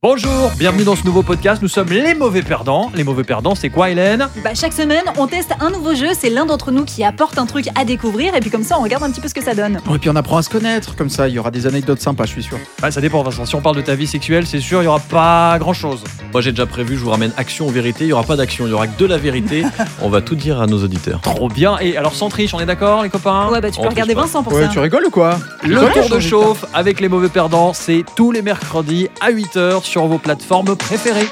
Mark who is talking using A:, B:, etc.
A: Bonjour, bienvenue dans ce nouveau podcast. Nous sommes les mauvais perdants. Les mauvais perdants, c'est quoi, Hélène
B: Bah, chaque semaine, on teste un nouveau jeu. C'est l'un d'entre nous qui apporte un truc à découvrir. Et puis comme ça, on regarde un petit peu ce que ça donne.
C: Bon, et puis on apprend à se connaître, comme ça il y aura des anecdotes sympas, je suis sûr.
A: Bah, Ça dépend, Vincent. Si on parle de ta vie sexuelle, c'est sûr, il n'y aura pas grand-chose.
D: Moi j'ai déjà prévu, je vous ramène action ou vérité. Il n'y aura pas d'action, il n'y aura que de la vérité. On va tout dire à nos auditeurs.
A: Trop bien. Et alors, sans triche, on est d'accord, les copains
B: Ouais, bah tu
D: Ah, on
B: peux regarder
D: triche pas.
B: Vincent pour
C: Ouais,
B: ça.
C: tu rigoles ou quoi
A: Le tour de chauffe avec les mauvais perdants, c'est tous les mercredis à 8h sur vos plateformes préférées.